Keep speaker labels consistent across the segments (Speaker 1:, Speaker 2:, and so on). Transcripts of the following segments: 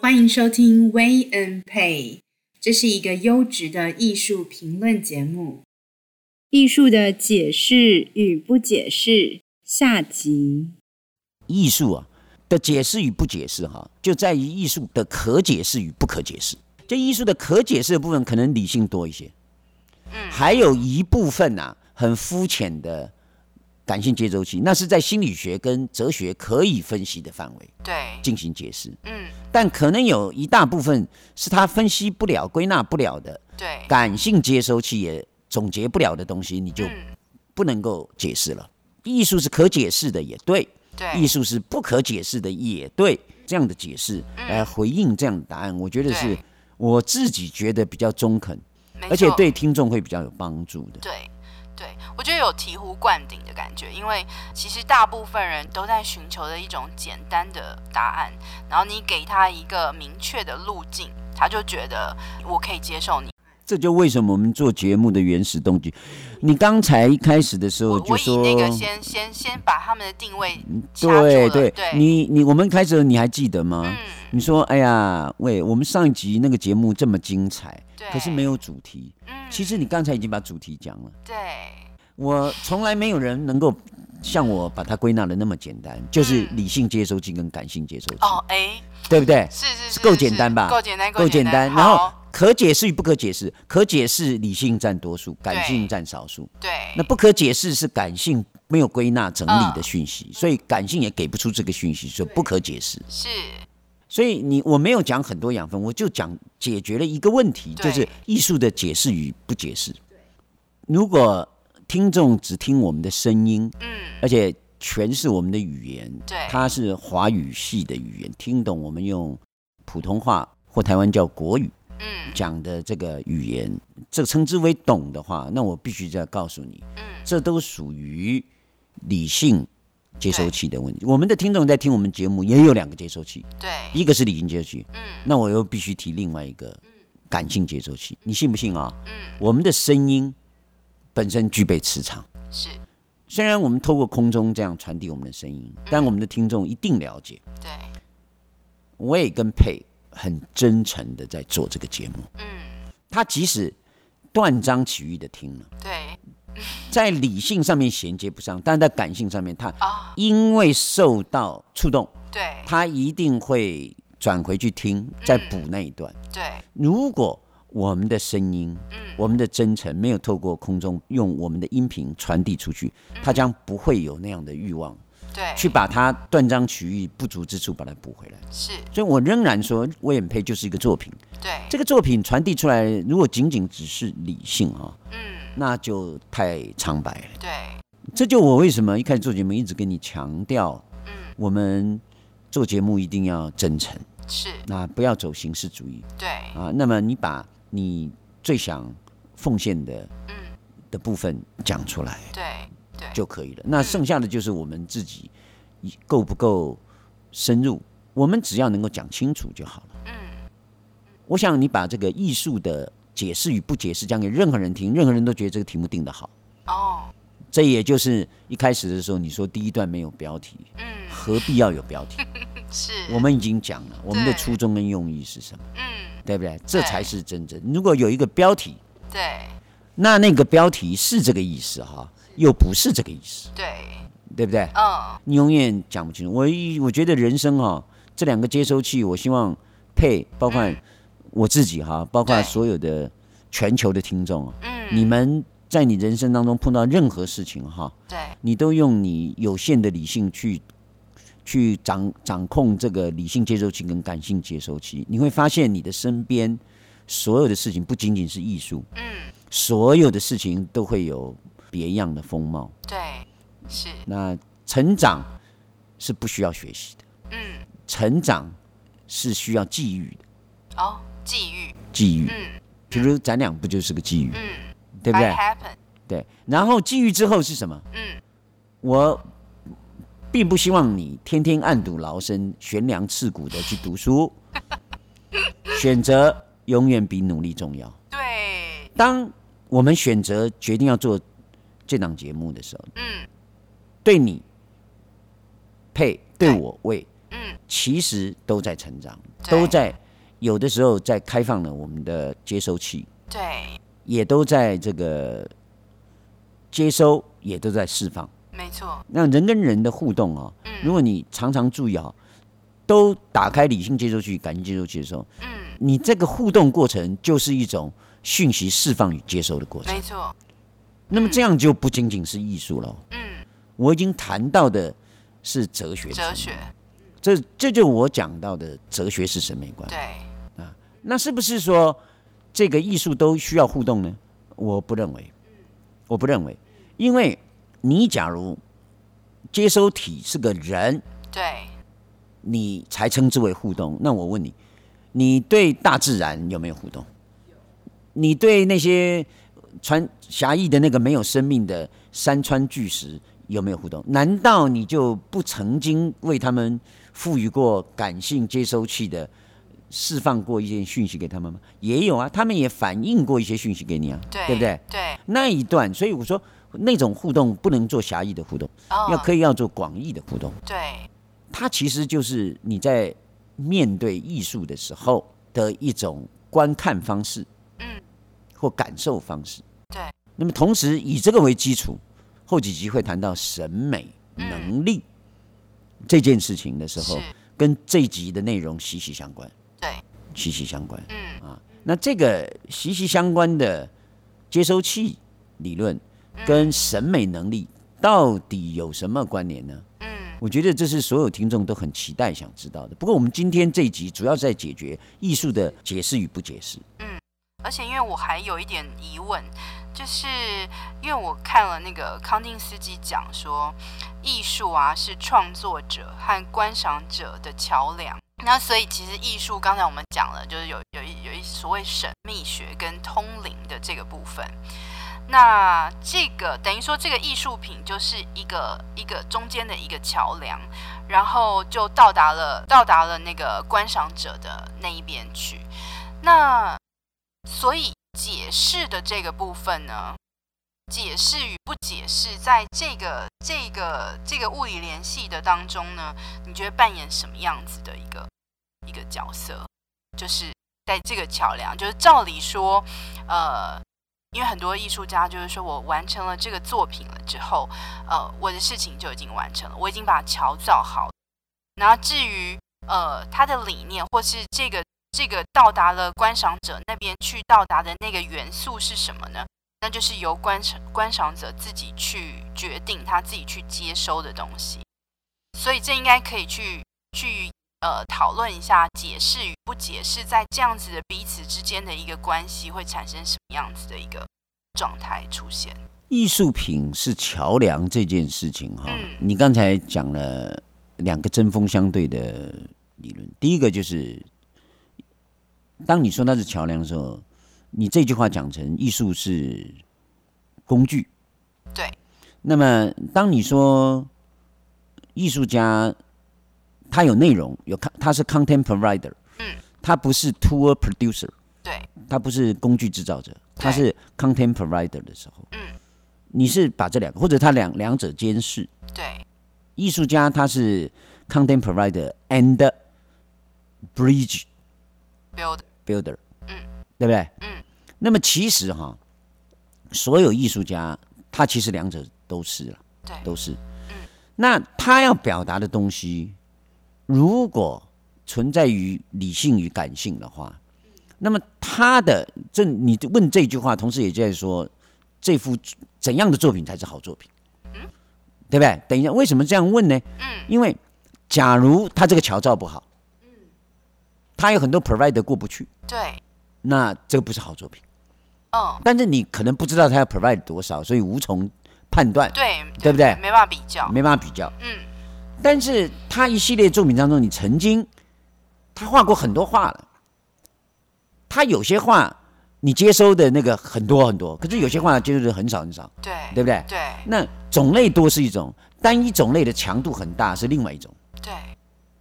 Speaker 1: 欢迎收听 Way and Pay，这是一个优质的艺术评论节目。
Speaker 2: 艺术的解释与不解释下集。
Speaker 3: 艺术啊的解释与不解释哈、就在于艺术的可解释与不可解释。这艺术的可解释的部分，可能理性多一些，嗯，还有一部分啊，很肤浅的感性接收器，那是在心理学跟哲学可以分析的范围
Speaker 1: 对，
Speaker 3: 进行解释，
Speaker 1: 嗯，
Speaker 3: 但可能有一大部分是他分析不了、归纳不了的，
Speaker 1: 对，
Speaker 3: 感性接收器也总结不了的东西，你就不能够解释了。艺术是可解释的，也对。艺
Speaker 1: 对，
Speaker 3: 术是不可解释的，也对这样的解释来回应这样的答案，我觉得是
Speaker 1: 嗯对
Speaker 3: 我自己觉得比较中肯，
Speaker 1: 没
Speaker 3: 而且
Speaker 1: 错
Speaker 3: 对听众会比较有帮助的。
Speaker 1: 对对，我觉得有醍醐灌顶的感觉，因为其实大部分人都在寻求的一种简单的答案，然后你给他一个明确的路径，他就觉得我可以接受你。
Speaker 3: 这就为什么我们做节目的原始动机。你刚才一开始的时候
Speaker 1: 我
Speaker 3: 就
Speaker 1: 我以
Speaker 3: 说，
Speaker 1: 那个先先先把他们的定位
Speaker 2: 嗯
Speaker 1: 掐住
Speaker 3: 对
Speaker 1: 了，
Speaker 3: 对，你你我们开始你还记得吗？
Speaker 1: 嗯，
Speaker 3: 你说，哎呀，喂，我们上一集那个节目这么精彩，
Speaker 1: 对，
Speaker 3: 可是没，有主题。
Speaker 1: 嗯，
Speaker 3: 其实你刚才已经把主题讲了。
Speaker 1: 对
Speaker 3: 我从来没有人能够像我把它归纳的那么简单，就是
Speaker 1: 嗯
Speaker 3: 理性接收器跟感性接收器，
Speaker 1: 哦，哎，
Speaker 3: 对不对？
Speaker 1: 是是是，
Speaker 3: 够
Speaker 1: 是
Speaker 3: 简单吧
Speaker 1: 够简单，
Speaker 3: 够简单。
Speaker 1: 单。
Speaker 3: 然后
Speaker 1: 好
Speaker 3: 可解释与不可解释，可解释理性占多数，感性占少数。
Speaker 1: 对，
Speaker 3: 那不可解释是感性没有归纳整理的
Speaker 1: 嗯
Speaker 3: 讯息，所以感性也给不出这个讯息，所以不可解释。
Speaker 1: 是
Speaker 3: 所以你我没有讲很多养分，我就讲解决了一个问题，
Speaker 1: 对
Speaker 3: 就是艺术的解释与不解释。如果听众只听我们的声音，
Speaker 1: 嗯，
Speaker 3: 而且全是我们的语言，
Speaker 1: 对
Speaker 3: 它是华语系的语言，听懂我们用普通话或台湾叫国语
Speaker 1: 嗯
Speaker 3: 讲的这个语言，这称之为懂的话，那我必须再告诉你，
Speaker 1: 嗯，
Speaker 3: 这都属于理性接收器的问题。我们的听众在听我们节目也有两个接收器，
Speaker 1: 对，
Speaker 3: 一个是理性接收器，
Speaker 1: 嗯
Speaker 3: 那我又必须提另外一个感性接收器，你信不信啊？
Speaker 1: 嗯
Speaker 3: 我们的声音本身具备磁场。
Speaker 1: 是
Speaker 3: 虽然我们透过空中这样传递我们的声音，但我们的听众一定了解。
Speaker 1: 对，
Speaker 3: 我也跟佩很真诚的在做这个节目，
Speaker 1: 嗯
Speaker 3: 他即使断章取义的听了，
Speaker 1: 对
Speaker 3: 在理性上面衔接不上，但在感性上面，他
Speaker 1: 啊
Speaker 3: 因为受到触动，
Speaker 1: 对
Speaker 3: 他一定会转回去听，再补那一段。
Speaker 1: 对
Speaker 3: 如果我们的声音，我们的真诚没有透过空中用我们的音频传递出去，他将不会有那样的欲望。
Speaker 1: 对
Speaker 3: 去把它断章取义、不足之处把它补回来。
Speaker 1: 是
Speaker 3: 所以我仍然说，魏衍佩就是一个作品。
Speaker 1: 对
Speaker 3: 这个作品传递出来，如果仅仅只是理性啊、
Speaker 1: 嗯
Speaker 3: 那就太苍白了。
Speaker 1: 对
Speaker 3: 这就我为什么一开始做节目一直跟你强调，我们做节目一定要真诚，
Speaker 1: 是
Speaker 3: 那不要走形式主义
Speaker 1: 对
Speaker 3: 啊。那么你把你最想奉献的
Speaker 1: 嗯
Speaker 3: 的部分讲出来。
Speaker 1: 对对
Speaker 3: 就可以了。那剩下的就是我们自己够不够深入，我们只要能够讲清楚就好了。
Speaker 1: 嗯
Speaker 3: 我想你把这个艺术的解释与不解释讲给任何人听，任何人都觉得这个题目定得好。
Speaker 1: 哦
Speaker 3: 这也就是一开始的时候你说第一段没有标题，
Speaker 1: 嗯
Speaker 3: 何必要有标题？
Speaker 1: 是
Speaker 3: 我们已经讲了我们的
Speaker 1: 对
Speaker 3: 初衷跟用意是什么，
Speaker 1: 嗯
Speaker 3: 对不对？这才是真正。如果有一个标题，
Speaker 1: 对
Speaker 3: 那那个标题是这个意思哈，又不是这个意思，
Speaker 1: 对
Speaker 3: 对不对？
Speaker 1: 嗯
Speaker 3: 你永远讲不清楚。我一我觉得人生哈、这两个接收器，我希望配包括我自己哈、包括
Speaker 1: 嗯对
Speaker 3: 所有的全球的听众啊，
Speaker 1: 嗯
Speaker 3: 你们在你人生当中碰到任何事情哈、
Speaker 1: 对
Speaker 3: 你都用你有限的理性去去掌掌控这个理性接收器跟感性接收器，你会发现你的身边所有的事情不仅仅是艺术，
Speaker 1: 嗯
Speaker 3: 所有的事情都会有别样的风貌。
Speaker 1: 对是
Speaker 3: 那成长是不需要学习的，
Speaker 1: 嗯
Speaker 3: 成长是需要际遇的。
Speaker 1: 哦际遇
Speaker 3: 际遇，
Speaker 1: 嗯
Speaker 3: 比如咱俩不就是个际遇，
Speaker 1: 嗯
Speaker 3: 对不
Speaker 1: I
Speaker 3: 对？
Speaker 1: happen
Speaker 3: 对。然后际遇之后是什么？
Speaker 1: 嗯
Speaker 3: 我并不希望你天天暗度劳身、悬梁刺股的去 读书，选择永远比努力重要。
Speaker 1: 对
Speaker 3: 当我们选择决定要做这档节目的时候，
Speaker 1: 嗯
Speaker 3: 对你配对我为，
Speaker 1: 嗯，
Speaker 3: 其实都在成长，
Speaker 1: 对
Speaker 3: 都在有的时候在开放了我们的接收器，
Speaker 1: 对，
Speaker 3: 也都在这个接收，也都在释放。
Speaker 1: 没错，
Speaker 3: 那人跟人的互动哦，
Speaker 1: 嗯
Speaker 3: 如果你常常注意哦，都打开理性接收器、感性接收器的时候，
Speaker 1: 嗯，
Speaker 3: 你这个互动过程就是一种讯息释放与接收的过程。
Speaker 1: 没错，
Speaker 3: 那么这样就不仅仅是艺术了哦。
Speaker 1: 嗯，
Speaker 3: 我已经谈到的是哲学的层
Speaker 1: 哲
Speaker 3: 面，
Speaker 1: 学，
Speaker 3: 这这就我讲到的哲学是审美观。
Speaker 1: 对，
Speaker 3: 那是不是说这个艺术都需要互动呢？我不认为，
Speaker 1: 嗯
Speaker 3: 我不认为，因为你假如接收体是个人，
Speaker 1: 对，
Speaker 3: 你才称之为互动。那我问你，你对大自然有没有互动？你对那些穿狭义的那个没有生命的山川巨石有没有互动？难道你就不曾经为他们赋予过感性接收器的释放过一些讯息给他们吗？也有啊，他们也反映过一些讯息给你啊，
Speaker 1: 对，
Speaker 3: 对不对？？
Speaker 1: 对，
Speaker 3: 那一段，所以我说那种互动不能做狭义的互动，
Speaker 1: 哦，
Speaker 3: 要可以要做广义的互动。
Speaker 1: 对，
Speaker 3: 它其实就是你在面对艺术的时候的一种观看方式，
Speaker 1: 嗯，
Speaker 3: 或感受方式。
Speaker 1: 对。
Speaker 3: 那么同时以这个为基础，后几集会谈到审美能力、这件事情的时候
Speaker 1: 嗯是，，
Speaker 3: 跟这一集的内容息息相关，
Speaker 1: 对，
Speaker 3: 息息相关。啊
Speaker 1: 嗯
Speaker 3: 那这个息息相关的接收器理论
Speaker 1: 嗯
Speaker 3: 跟审美能力到底有什么关联呢？
Speaker 1: 嗯，
Speaker 3: 我觉得这是所有听众都很期待想知道的。不过我们今天这一集主要是在解决艺术的解释与不解释。
Speaker 1: 而且因为我还有一点疑问，就是因为我看了那个康定斯基讲说，艺术啊是创作者和观赏者的桥梁。那所以其实艺术，刚才我们讲了，就是有有一有一所谓神秘学跟通灵的这个部分。那这个等于说，这个艺术品就是一个一个中间的一个桥梁，然后就到达了到达了那个观赏者的那一边去。那所以解释的这个部分呢，解释与不解释，在这个这个这个物理联系的当中呢，你觉得扮演什么样子的一个一个角色？就是在这个桥梁，就是照理说，呃。因为很多艺术家就是说我完成了这个作品了之后，呃，我的事情就已经完成了，我已经把桥造好了。然后至于呃他的理念或是这个这个到达了观赏者那边去到达的那个元素是什么呢？那就是由观赏观赏者自己去决定，他自己去接收的东西。所以这应该可以去去呃讨论一下解释与不解释，在这样子的彼此之间的一个关系会产生什么样子的一个状态出现？
Speaker 3: 艺术品是桥梁这件事情哈、
Speaker 1: 嗯
Speaker 3: 你刚才讲了两个针锋相对的理论。第一个就是，当你说它是桥梁的时候，你这句话讲成艺术是工具。
Speaker 1: 对。
Speaker 3: 那么，当你说艺术家他有内容，有看他是 content provider，
Speaker 1: 嗯，
Speaker 3: 他不是 tour producer。
Speaker 1: 对，
Speaker 3: 他不是工具制造者，他是 content provider 的时候，
Speaker 1: 嗯，
Speaker 3: 你是把这两个，或者他两两者监视。
Speaker 1: 对，
Speaker 3: 艺术家他是 content provider and bridge
Speaker 1: build，
Speaker 3: builder，
Speaker 1: 嗯，
Speaker 3: 对不对？
Speaker 1: 嗯。
Speaker 3: 那么其实哈，所有艺术家他其实两者都是了，
Speaker 1: 对，
Speaker 3: 都是。那他要表达的东西，如果存在于理性与感性的话，那么他的这你问这句话，同时也在说这幅怎样的作品才是好作品，对不对？等一下，为什么这样问呢？
Speaker 1: 嗯，
Speaker 3: 因为假如他这个桥造不好，他有很多 provider 过不去，
Speaker 1: 对，
Speaker 3: 那这个不是好作品。
Speaker 1: 嗯，
Speaker 3: 但是你可能不知道他要 provide 多少，所以无从判断，
Speaker 1: 对，
Speaker 3: 对不对
Speaker 1: 没办法比较，
Speaker 3: 没办法比较。
Speaker 1: 嗯，
Speaker 3: 但是他一系列作品当中，你曾经他画过很多画了，他有些画你接收的那个很多很多，可是有些画接收的很少很少，
Speaker 1: 对，
Speaker 3: 对不对？
Speaker 1: 对，
Speaker 3: 那种类多是一种，单一种类的强度很大是另外一种，
Speaker 1: 对，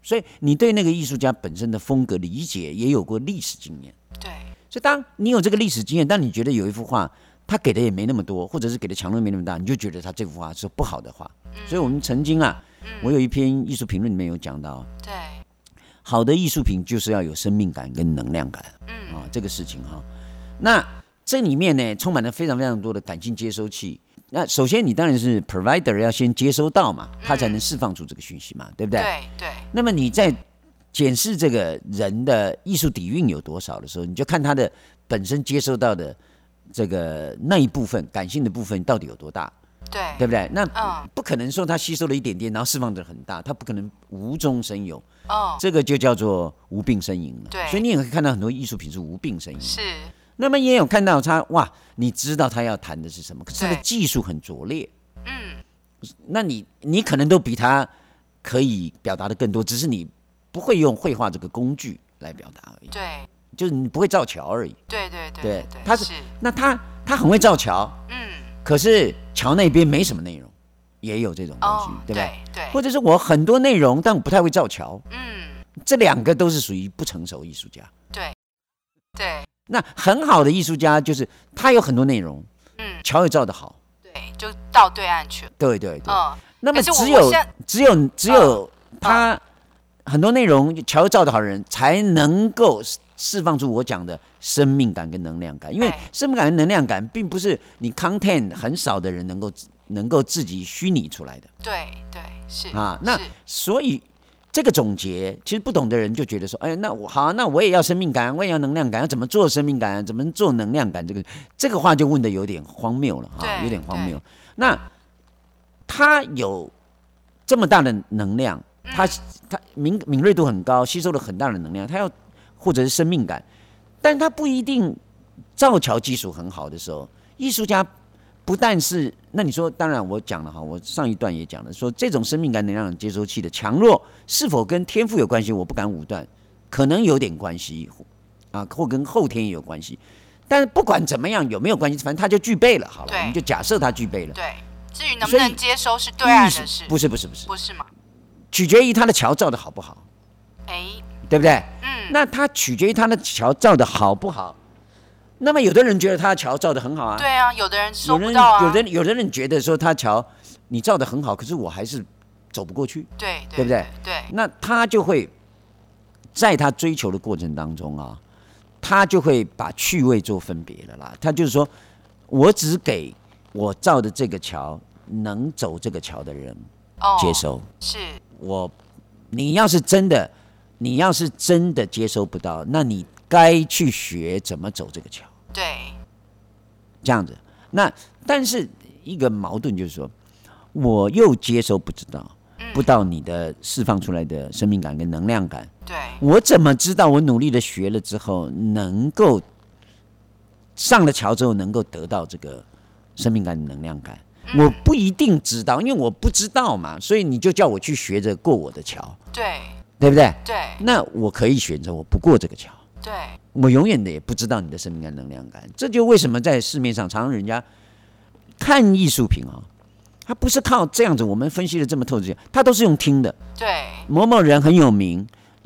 Speaker 3: 所以你对那个艺术家本身的风格理解也有过历史经验。
Speaker 1: 对，
Speaker 3: 所以当你有这个历史经验，但你觉得有一幅画，他给的也没那么多，或者是给的强度没那么大，你就觉得他这幅画是不好的画。所以我们曾经啊，我有一篇艺术评论里面有讲到，
Speaker 1: 对，
Speaker 3: 好的艺术品就是要有生命感跟能量感啊、这个事情哈、那这里面呢，充满了非常非常多的感性接收器。那首先，你当然是 provider 要先接收到嘛，它才能释放出这个讯息嘛，对不对？
Speaker 1: 对对，
Speaker 3: 那么你在检视这个人的艺术底蕴有多少的时候，你就看他的本身接收到的这个那一部分感性的部分到底有多大，
Speaker 1: 对，
Speaker 3: 对不对？那
Speaker 1: 嗯
Speaker 3: 不可能说他吸收了一点点，然后释放的很大，他不可能无中生有，
Speaker 1: 哦，
Speaker 3: 这个就叫做无病呻吟了。
Speaker 1: 对
Speaker 3: 所以你也会看到很多艺术品是无病呻吟。
Speaker 1: 是，
Speaker 3: 那么也有看到他哇，你知道他要谈的是什么，可是他的
Speaker 1: 对
Speaker 3: 技术很拙劣，
Speaker 1: 嗯，
Speaker 3: 那你你可能都比他可以表达的更多，只是你不会用绘画这个工具来表达而已，
Speaker 1: 对
Speaker 3: 就是你不会造桥而已。
Speaker 1: 对对对
Speaker 3: 对
Speaker 1: 对，
Speaker 3: 他是
Speaker 1: 是，
Speaker 3: 那他他很会造桥，
Speaker 1: 嗯，
Speaker 3: 可是桥那边没什么内容，也有这种东西，
Speaker 1: 哦，
Speaker 3: 对不对？
Speaker 1: 对对，
Speaker 3: 或者是我很多内容，但我不太会造桥，
Speaker 1: 嗯，
Speaker 3: 这两个都是属于不成熟艺术家。
Speaker 1: 对对
Speaker 3: 那很好的艺术家就是他有很多内容，
Speaker 1: 嗯
Speaker 3: 桥也造得好，
Speaker 1: 对，就到对岸去了，
Speaker 3: 对对对。
Speaker 1: 嗯，
Speaker 3: 那么
Speaker 1: 可是我
Speaker 3: 只
Speaker 1: 我嗯现
Speaker 3: 有
Speaker 1: 在
Speaker 3: 只有只有他很多内容乔造的好人，才能够释释放出我讲的生命感跟能量感。因为
Speaker 1: 哎
Speaker 3: 生命感跟能量感，并不是你 content 很少的人能够能够自己虚拟出来的
Speaker 1: 对对是
Speaker 3: 啊。那
Speaker 1: 是
Speaker 3: 所以这个总结，其实不懂的人就觉得说，哎，那我好啊、那我也要生命感，我也要能量感，要怎么做生命感，怎么做能量感？这个这个话就问的有点荒谬了啊，
Speaker 1: 对
Speaker 3: 有点荒谬。那他有这么大的能量，他他敏敏锐度很高，吸收了很大的能量，他要或者是生命感，但他不一定造桥技术很好的时候，艺术家不但是那你说，当然我讲了哈，我上一段也讲了，说这种生命感能量接收器的强弱是否跟天赋有关系，我不敢武断，可能有点关系啊，或跟后天也有关系。但是不管怎么样有没有关系，反正他就具备了，好了，
Speaker 1: 对
Speaker 3: 我们就假设他具备了。
Speaker 1: 对。至于能不
Speaker 3: 所以
Speaker 1: 能接收是对岸
Speaker 3: 艺
Speaker 1: 的
Speaker 3: 术
Speaker 1: 事，
Speaker 3: 不是不是不是，
Speaker 1: 不是吗？
Speaker 3: 取决于他的桥造的好不好，
Speaker 1: 哎，
Speaker 3: 对不对？
Speaker 1: 嗯，
Speaker 3: 那它取决于他的桥造的好不好。那么有的人觉得他的桥造的很好啊，
Speaker 1: 对啊，有的人收
Speaker 3: 有
Speaker 1: 不
Speaker 3: 人
Speaker 1: 到啊，
Speaker 3: 有的人有的人觉得说他桥你造的很好，可是我还是走不过去，
Speaker 1: 对
Speaker 3: 对不对？
Speaker 1: 对，
Speaker 3: 那他就会在他追求的过程当中啊，他就会把趣味做分别了啦。他就是说我只给我造的这个桥能走这个桥的人
Speaker 1: 哦，
Speaker 3: 接收。
Speaker 1: 是，
Speaker 3: 我，你要是真的，你要是真的接收不到，那你该去学怎么走这个桥，
Speaker 1: 对，
Speaker 3: 这样子。那但是一个矛盾就是说，我又接收不知道，不到你的释放出来的生命感跟能量感，
Speaker 1: 对，
Speaker 3: 我怎么知道我努力的学了之后，能够上了桥之后能够得到这个生命感、能量感？我不一定知道，因为我不知道嘛，所以你就叫我去学着过我的桥，
Speaker 1: 对，
Speaker 3: 对不对？
Speaker 1: 对，
Speaker 3: 那我可以选择我不过这个桥，
Speaker 1: 对，
Speaker 3: 我永远的也不知道你的生命感、能量感。这就为什么在市面上常常人家看艺术品啊、他不是靠这样子我们分析的这么透彻，他都是用听的。
Speaker 1: 对，
Speaker 3: 某某人很有名，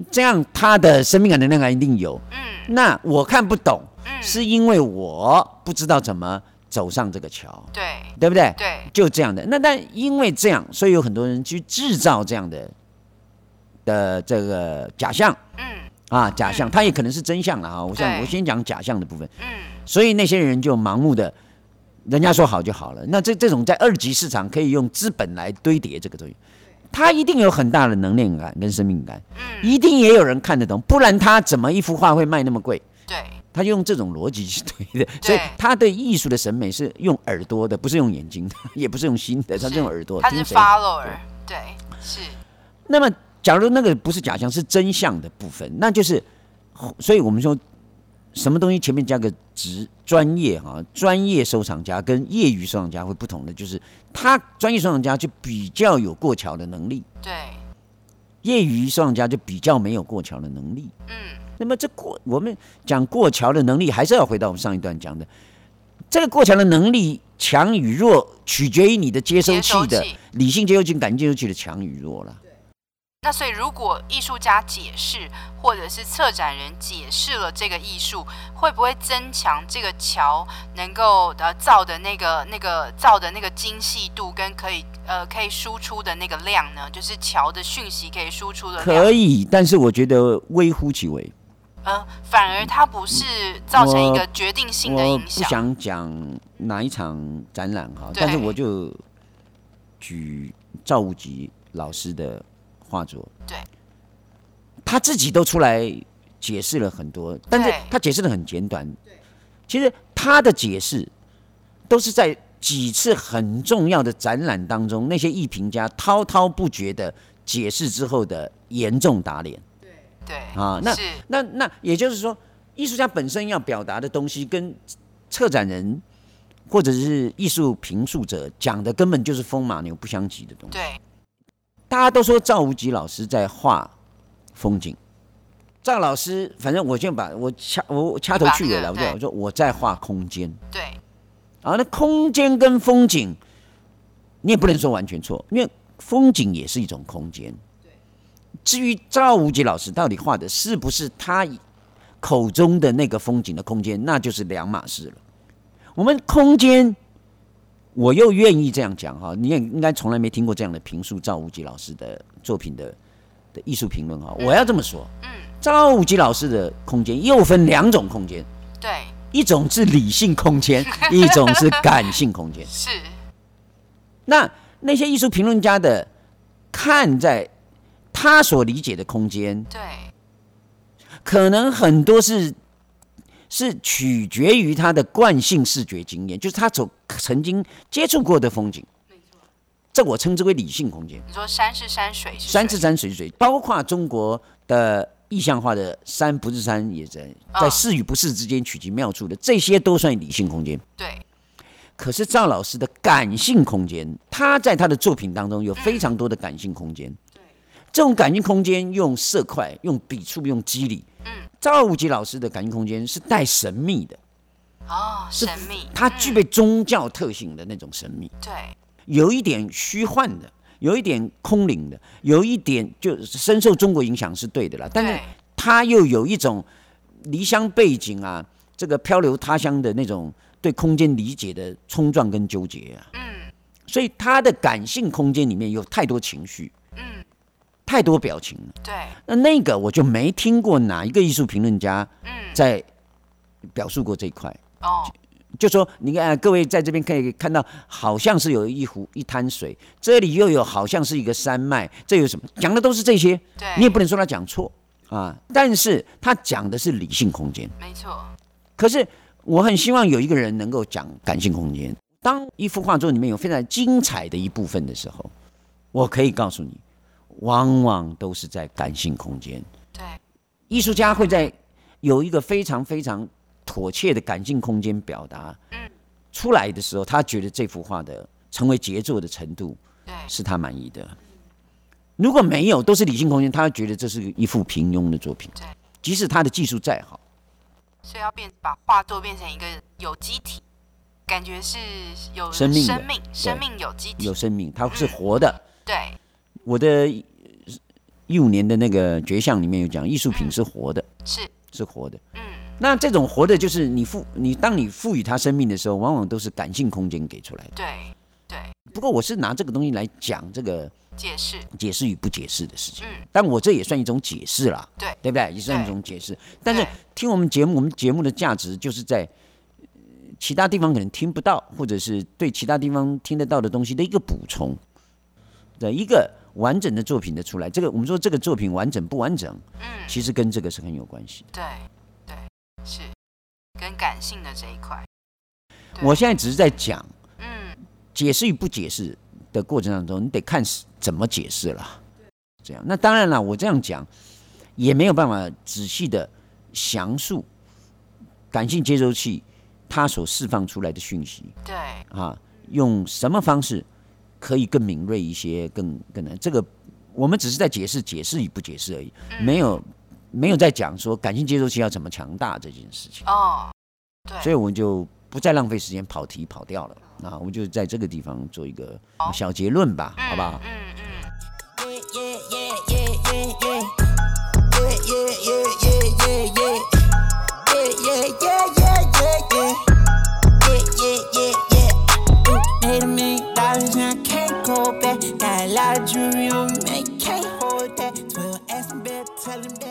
Speaker 3: 这样他的生命感、能量感一定有。
Speaker 1: 嗯
Speaker 3: 那我看不懂，
Speaker 1: 嗯，
Speaker 3: 是因为我不知道怎么走上这个桥，
Speaker 1: 对，
Speaker 3: 对不对？
Speaker 1: 对，
Speaker 3: 就这样的。那但因为这样，所以有很多人去制造这样的的这个假象
Speaker 1: 嗯
Speaker 3: 啊，假象，它也可能是真相了啊。我想
Speaker 1: 对
Speaker 3: 我先讲假象的部分，
Speaker 1: 嗯，
Speaker 3: 所以那些人就盲目的。人家说好就好了，那这这种在二级市场可以用资本来堆叠这个东西，它一定有很大的能量感跟生命感，
Speaker 1: 嗯
Speaker 3: 一定也有人看得懂，不然他怎么一幅画会卖那么贵？
Speaker 1: 对，
Speaker 3: 他就用这种逻辑去推的，所以他对艺术的审美是用耳朵的，不是用眼睛的， 也不是用心的，他是用耳朵
Speaker 1: 他
Speaker 3: 听
Speaker 1: 是
Speaker 3: 谁。
Speaker 1: follower，对，是，
Speaker 3: 那么，假如那个不是假象，是真相的部分，那就是，所以我们说，什么东西前面加个“职”，专业哈、专业收藏家跟业余收藏家会不同的，就是他专业收藏家就比较有过桥的能力，
Speaker 1: 对，
Speaker 3: 业余收藏家就比较没有过桥的能力。
Speaker 1: 嗯，
Speaker 3: 那么这过我们讲过桥的能力，还是要回到我们上一段讲的，这个过桥的能力强与弱，取决于你的接收器
Speaker 1: 接收
Speaker 3: 的
Speaker 1: 器
Speaker 3: 理性接收器、感性接收器的强与弱了。
Speaker 1: 那所以，如果艺术家解释，或者是策展人解释了这个艺术，会不会增强这个桥能够呃造的那个那个造的那个精细度跟可以呃可以输出的那个量呢？就是桥的讯息可以输出的量，
Speaker 3: 可以，但是我觉得微乎其微。
Speaker 1: 呃，反而它不是造成一个决定性的
Speaker 3: 我
Speaker 1: 影
Speaker 3: 不
Speaker 1: 响。
Speaker 3: 想讲哪一场展览哈，
Speaker 1: 对
Speaker 3: 但是我就举赵无极老师的画作，
Speaker 1: 对，
Speaker 3: 他自己都出来解释了很多，但是
Speaker 1: 对
Speaker 3: 他解释的很简短，对，其实他的解释都是在几次很重要的展览当中，那些艺评家滔滔不绝的解释之后的严重打脸。
Speaker 1: 对
Speaker 3: 啊那
Speaker 1: 是
Speaker 3: 那那也就是说，艺术家本身要表达的东西，跟策展人或者是艺术评述者讲的根本就是风马牛不相及的东西。
Speaker 1: 对
Speaker 3: 大家都说赵无极老师在画风景，赵老师，反正我就把我掐我掐头去尾了，我
Speaker 1: 你
Speaker 3: 就
Speaker 1: 把那个
Speaker 3: 我说我在画空间
Speaker 1: 对
Speaker 3: 啊，那空间跟风景，你也不能说完全错，因为风景也是一种空间。至于赵无极老师到底画的是不是他口中的那个风景的空间，那就是两码事了。我们空间，我又愿意这样讲哈，你也应该从来没听过这样的评述赵无极老师的作品的的艺术评论哈。我要这么说，嗯，赵无极老师的空间又分两种空间，
Speaker 1: 对
Speaker 3: 一种是理性空间，一种是感性空间。
Speaker 1: 是，
Speaker 3: 那那些艺术评论家的看在他所理解的空间，
Speaker 1: 对
Speaker 3: 可能很多是是取决于他的惯性视觉经验，就是他所曾经接触过的风景。这我称之为理性空间。
Speaker 1: 你说山是山，水是
Speaker 3: 山
Speaker 1: 水
Speaker 3: 是山，水是水，包括中国的意象化的山不是山，也在
Speaker 1: 啊
Speaker 3: 在是与不是之间取其妙处的，这些都算理性空间。
Speaker 1: 对
Speaker 3: 可是赵老师的感性空间，他在他的作品当中有非常多的感性空间。这种感性空间用色块、用笔触、用肌理。赵无极老师的感性空间是带神秘的，
Speaker 1: 哦，神秘，
Speaker 3: 它具备宗教特性的那种神秘，
Speaker 1: 对
Speaker 3: 有一点虚幻的，有一点空灵的，有一点就深受中国影响是对的啦。但是
Speaker 1: 对
Speaker 3: 他又有一种离乡背景啊，这个漂流他乡的那种对空间理解的冲撞跟纠结啊。嗯，所以他的感性空间里面有太多情绪，嗯，太多表情了。
Speaker 1: 对
Speaker 3: 那那个我就没听过哪一个艺术评论家，嗯，在表述过这一块。
Speaker 1: 哦，
Speaker 3: 就说你看、呃各位在这边可以看到，好像是有一湖一滩水，这里又有好像是一个山脉，这有什么？讲的都是这些，
Speaker 1: 对，
Speaker 3: 你也不能说他讲错啊，但是他讲的是理性空间。
Speaker 1: 没错，
Speaker 3: 可是我很希望有一个人能够讲感性空间。当一幅画作里面有非常精彩的一部分的时候，我可以告诉你，往往都是在感性空间。
Speaker 1: 对
Speaker 3: 艺术家会在有一个非常非常妥切的感性空间表达出来的时候，他觉得这幅画的成为杰作的程度
Speaker 1: 对
Speaker 3: 是他满意的。如果没有，都是理性空间，他觉得这是一幅平庸的作品
Speaker 1: 对。
Speaker 3: 即使他的技术再好，
Speaker 1: 所以要变把画作变成一个有机体，感觉是有
Speaker 3: 生命的
Speaker 1: 生命生命有机体
Speaker 3: 有，生命，他是活的。
Speaker 1: 对
Speaker 3: 我的一五年的那个绝项里面有讲，艺术品是活的，
Speaker 1: 是，
Speaker 3: 是活的。
Speaker 1: 嗯
Speaker 3: 那这种活的，就是你赋你当你赋予它生命的时候，往往都是感性空间给出来的。
Speaker 1: 对对，
Speaker 3: 不过我是拿这个东西来讲这个
Speaker 1: 解释
Speaker 3: 解释与不解释的事情，
Speaker 1: 嗯
Speaker 3: 但我这也算一种解释啦，
Speaker 1: 对
Speaker 3: 对不对？也算一种解释。但是听我们节目，我们节目的价值就是在。呃其他地方可能听不到，或者是对其他地方听得到的东西的一个补充，的一个完整的作品的出来。这个我们说这个作品完整不完整，
Speaker 1: 嗯
Speaker 3: 其实跟这个是很有关系。
Speaker 1: 对对是，跟感性的这一块，对
Speaker 3: 我现在只是在讲
Speaker 1: 嗯
Speaker 3: 解释与不解释的过程当中，你得看是怎么解释了。这样，那当然了，我这样讲也没有办法仔细的详述感性接收器它所释放出来的讯息
Speaker 1: 对
Speaker 3: 啊，用什么方式可以更敏锐一些，更更能这个，我们只是在解释解释与不解释而已，没有没有在讲说感性接收器要怎么强大这件事情，
Speaker 1: 哦对，
Speaker 3: 所以我们就不再浪费时间跑题跑掉了啊，我们就在这个地方做一个小结论吧，好不好？
Speaker 1: 嗯嗯。
Speaker 4: Yeah, yeah, yeah, yeah, They can't hold that 12 ass in bed, tell him that.